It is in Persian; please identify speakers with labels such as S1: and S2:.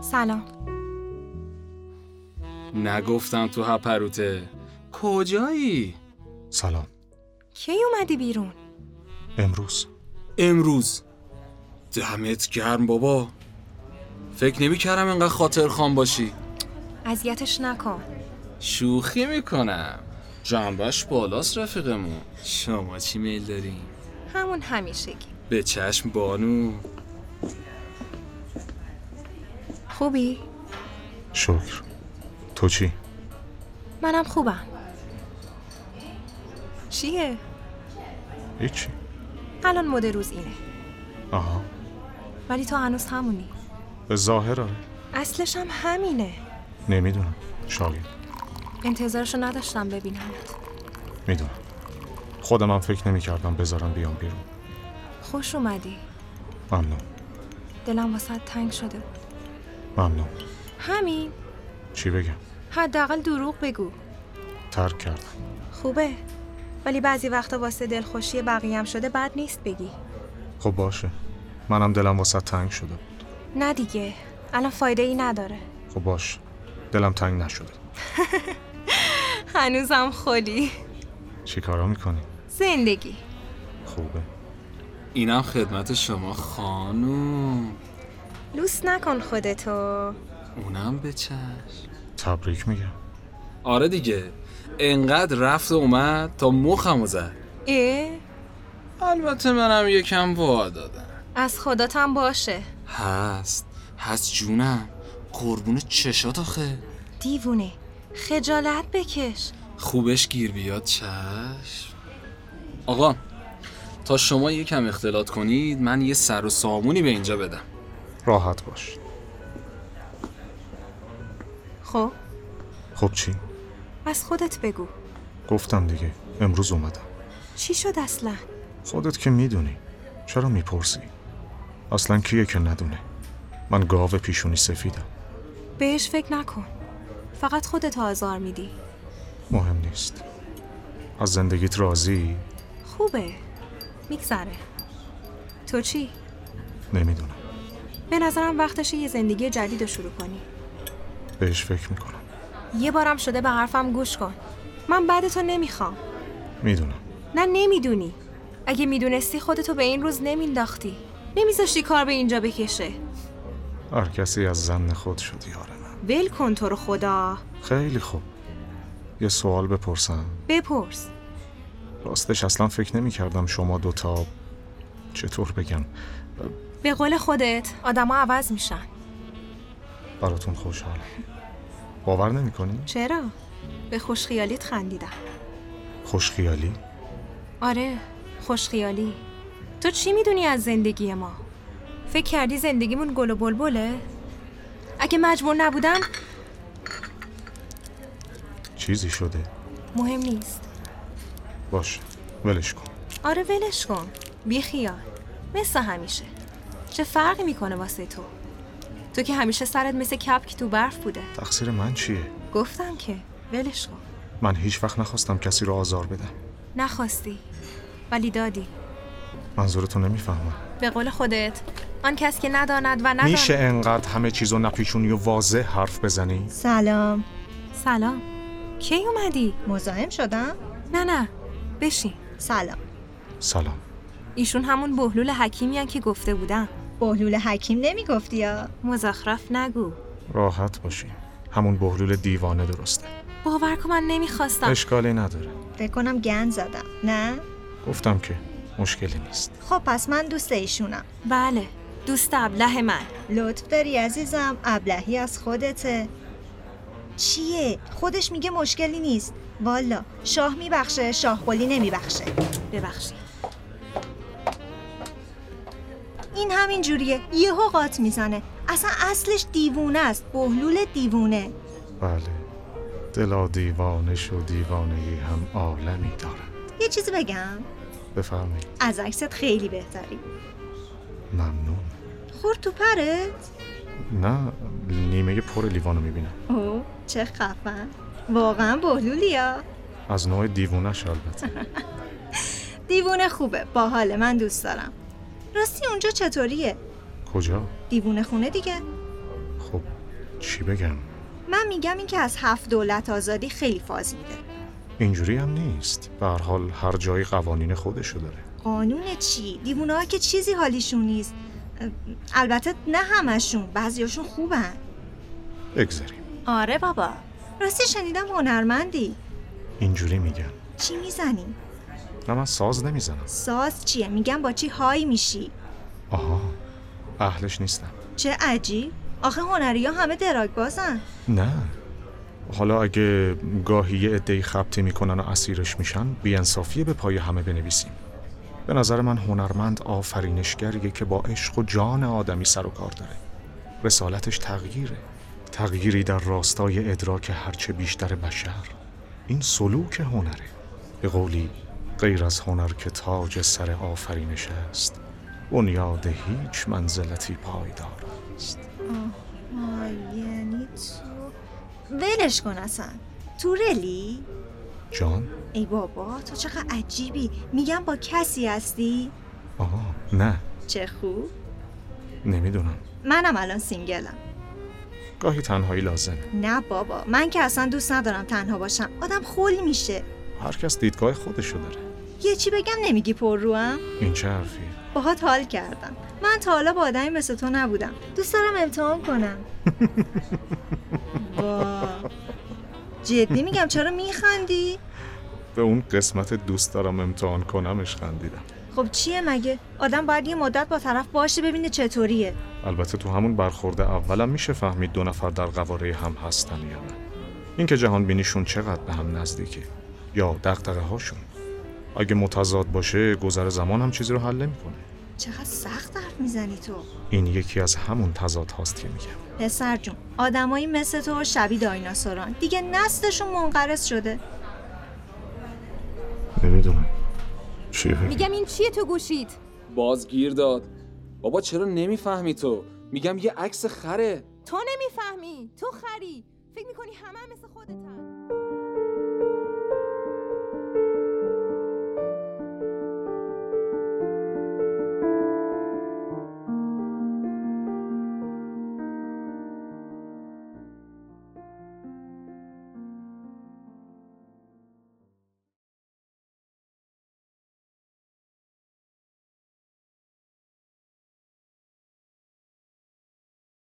S1: سلام
S2: نگفتم تو هپروته کجایی؟
S3: سلام
S1: کی اومدی بیرون؟
S3: امروز
S2: امروز دمت گرم بابا فکر نمی کردم اینقدر خاطر خان باشی
S1: اذیتش نکن
S2: شوخی میکنم جنبش بالاست رفیقمون شما چی میل دارین؟
S1: همون همیشگی
S2: به چشم بانو
S1: خوبی؟
S3: شکر تو چی؟
S1: منم خوبم چیه؟
S3: هیچی
S1: الان مد روز اینه
S3: آها
S1: ولی تو هنوز همونی
S3: به ظاهر آره
S1: اصلش هم همینه
S3: نمیدونم شاید
S1: انتظارشو نداشتم ببینمت
S3: میدونم خودم هم فکر نمیکردم بذارم بیام بیرون
S1: خوش اومدی
S3: ممنون
S1: دلم واسه تنگ شده بود
S3: ممنون
S1: همین
S3: چی بگم
S1: حداقل دروغ بگو
S3: ترک کردم
S1: خوبه ولی بعضی وقتا واسه دلخوشی بقیه هم شده بد نیست بگی
S3: خب باشه منم دلم واسه تنگ شده بود
S1: نه دیگه الان فایده ای نداره
S3: خب باش دلم تنگ نشده
S1: هنوزم خلی
S3: چی کارا میکنی؟
S1: زندگی
S3: خوبه
S2: اینم خدمت شما خانوم
S1: لوس نکن خودتو
S2: اونم به چشم
S3: تبریک میگم
S2: آره دیگه انقدر رفت و اومد تا مخمو زد
S1: اه
S2: البته منم یکم وا دادم
S1: از خداتم باشه
S2: هست هست جونم قربون چشات آخه
S1: دیوونه خجالت بکش
S2: خوبش گیر بیاد چشم آقا تا شما یکم اختلاط کنید من یه سر و سامونی به اینجا بدم
S3: راحت باش
S1: خب
S3: خب چی؟
S1: از خودت بگو
S3: گفتم دیگه امروز اومدم
S1: چی شد اصلا
S3: خودت که میدونی چرا میپرسی؟ اصلا کیه که ندونه من گاو پیشونی سفیدم
S1: بهش فکر نکن فقط خودت آزار میدی
S3: مهم نیست از زندگیت راضی
S1: خوبه میگذره تو چی؟
S3: نمیدونم
S1: به نظرم وقتشه یه زندگی جدید رو شروع کنی
S3: بهش فکر میکنم
S1: یه بارم شده به حرفم گوش کن من بعد تو نمیخوام
S3: میدونم
S1: نه نمیدونی اگه میدونستی خودتو به این روز نمینداختی نمیذاشتی کار به اینجا بکشه
S3: هر کسی از زن خود شد یار من
S1: ول کن تو رو خدا
S3: خیلی خوب یه سوال بپرسم
S1: بپرس
S3: راستش اصلا فکر نمیکردم شما دوتا چطور بگم
S1: به قول خودت آدما عوض میشن
S3: براتون خوشحالم باور نمیکنی؟
S1: چرا به خوشخیالیت خندیدم
S3: خوشخیالی؟
S1: آره خوشخیالی تو چی میدونی از زندگی ما فکر کردی زندگیمون گل و بلبله اگه مجبور نبودم
S3: چیزی شده؟
S1: مهم نیست
S3: باشه ولش کن
S1: آره ولش کن بی خیال مثل همیشه چه فرقی میکنه واسه تو تو که همیشه سرت مثل کپک تو برف بوده
S3: تقصیر من چیه؟
S1: گفتم که ولش کن
S3: من هیچ وقت نخواستم کسی رو آزار بدم
S1: نخواستی ولی دادی
S3: منظورتو نمیفهمم
S1: به قول خودت آن کس که نداند و نداند
S3: میشه انقدر همه چیزو نپیچونی و واضح حرف بزنی؟
S4: سلام
S1: سلام کی اومدی
S4: مزاحم شدم
S1: نه نه بشین
S4: سلام
S3: سلام
S1: ایشون همون بهلول حکیمی هن که گفته بودم
S4: بهلول حکیم نمیگفتی یا
S1: مزخرف نگو
S3: راحت باشی همون بهلول دیوانه درسته
S1: باور کن من نمیخواستم
S3: اشکالی نداره
S4: فکر کنم گند زدم نه
S3: گفتم که مشکلی نیست
S4: خب پس من دوست ایشونم
S1: بله دوست ابله من
S4: لطف داری عزیزم ابلهی از خودته چیه خودش میگه مشکلی نیست والا شاه میبخشه شاه قلی نمیبخشه
S1: ببخشید
S4: این همین جوریه یهو قات میزنه اصلا اصلش دیوونه است بهلول دیوونه
S3: بله دلا دیوانش و دیوانگی هم عالمی دارد
S4: یه چیزی بگم
S3: بفرمایید
S4: از عکست خیلی بهتری
S3: ممنون
S4: خورد تو پرت
S3: نه نیمه پر لیوانو میبینم
S4: او چه خفن واقعا بهلولیا
S3: از نوع دیوونش البته
S4: دیوونه خوبه باحاله من دوست دارم راستی اونجا چطوریه
S3: کجا؟
S4: دیوونه خونه دیگه
S3: خب چی بگم؟
S4: من میگم این که از هفت دولت آزادی خیلی فاز میده
S3: اینجوری هم نیست به هر حال هر جایی قوانین خودشو داره
S4: قانون چی دیوونه ها که چیزی حالیشون نیست اه، البته نه همشون بعضیاشون خوبن
S3: بگذریم
S4: آره بابا راستی شنیدم هنرمندی
S3: اینجوری میگن
S4: چی میزنی
S3: نه من ساز نمیزنم
S4: ساز چیه میگم با چی هایی میشی
S3: آها اهلش نیستم
S4: چه عجیب آخه هنریا همه دراگ بازن
S3: نه حالا اگه گاهی یه عده‌ای خبتی میکنن و اسیرش میشن بیانصافیه به پای همه بنویسیم به نظر من هنرمند آفرینشگریه که با عشق و جان آدمی سر و کار داره رسالتش تغییره تغییری در راستای ادراک هرچه بیشتر بشر این سلوک هنره به قولی غیر از هنر که تاج سر آفرینش است بنیاد هیچ منزلتی پایدار است
S4: آه یعنی تو ولش کن اصلا تورلی
S3: جان
S4: ای بابا تو چقدر عجیبی میگم با کسی هستی
S3: آها نه
S4: چه خوب
S3: نمیدونم
S4: منم الان سینگلم
S3: گاهی تنهایی لازمه
S4: نه بابا من که اصلا دوست ندارم تنها باشم آدم خل میشه
S3: هر کس دیدگاه خودشو داره
S4: یه چی بگم نمیگی پر روم
S3: این چه حرفیه
S4: باهات حال کردم من تا حالا با آدمی مثل تو نبودم دوست دارم امتحان کنم وا جدی میگم چرا میخندی
S3: به اون قسمت دوست دارم امتحان کنمش خندیدم
S4: خب چیه مگه آدم باید یه مدت با طرف باشه ببینه چطوریه
S3: البته تو همون برخورد اولم میشه فهمید دو نفر در قواره هم هستن یا نه اینکه جهان بینیشون چقدر به هم نزدیکه یا دقدقه هاشون اگه متضاد باشه گذر زمان هم چیزی رو حل نمیکنه
S4: چقدر سخت حرف میزنی تو
S3: این یکی از همون تضاد هاست که میگم
S4: پسر جون آدمایی مثل تو شبیه دایناسوران دیگه نسلشون منقرض شده
S3: نمیدونم چی
S1: میگم این چیه تو گوشید
S2: باز گیر داد بابا چرا نمیفهمی تو میگم یه عکس خره
S1: تو نمیفهمی تو خری فکر میکنی همه هم مثل خودتن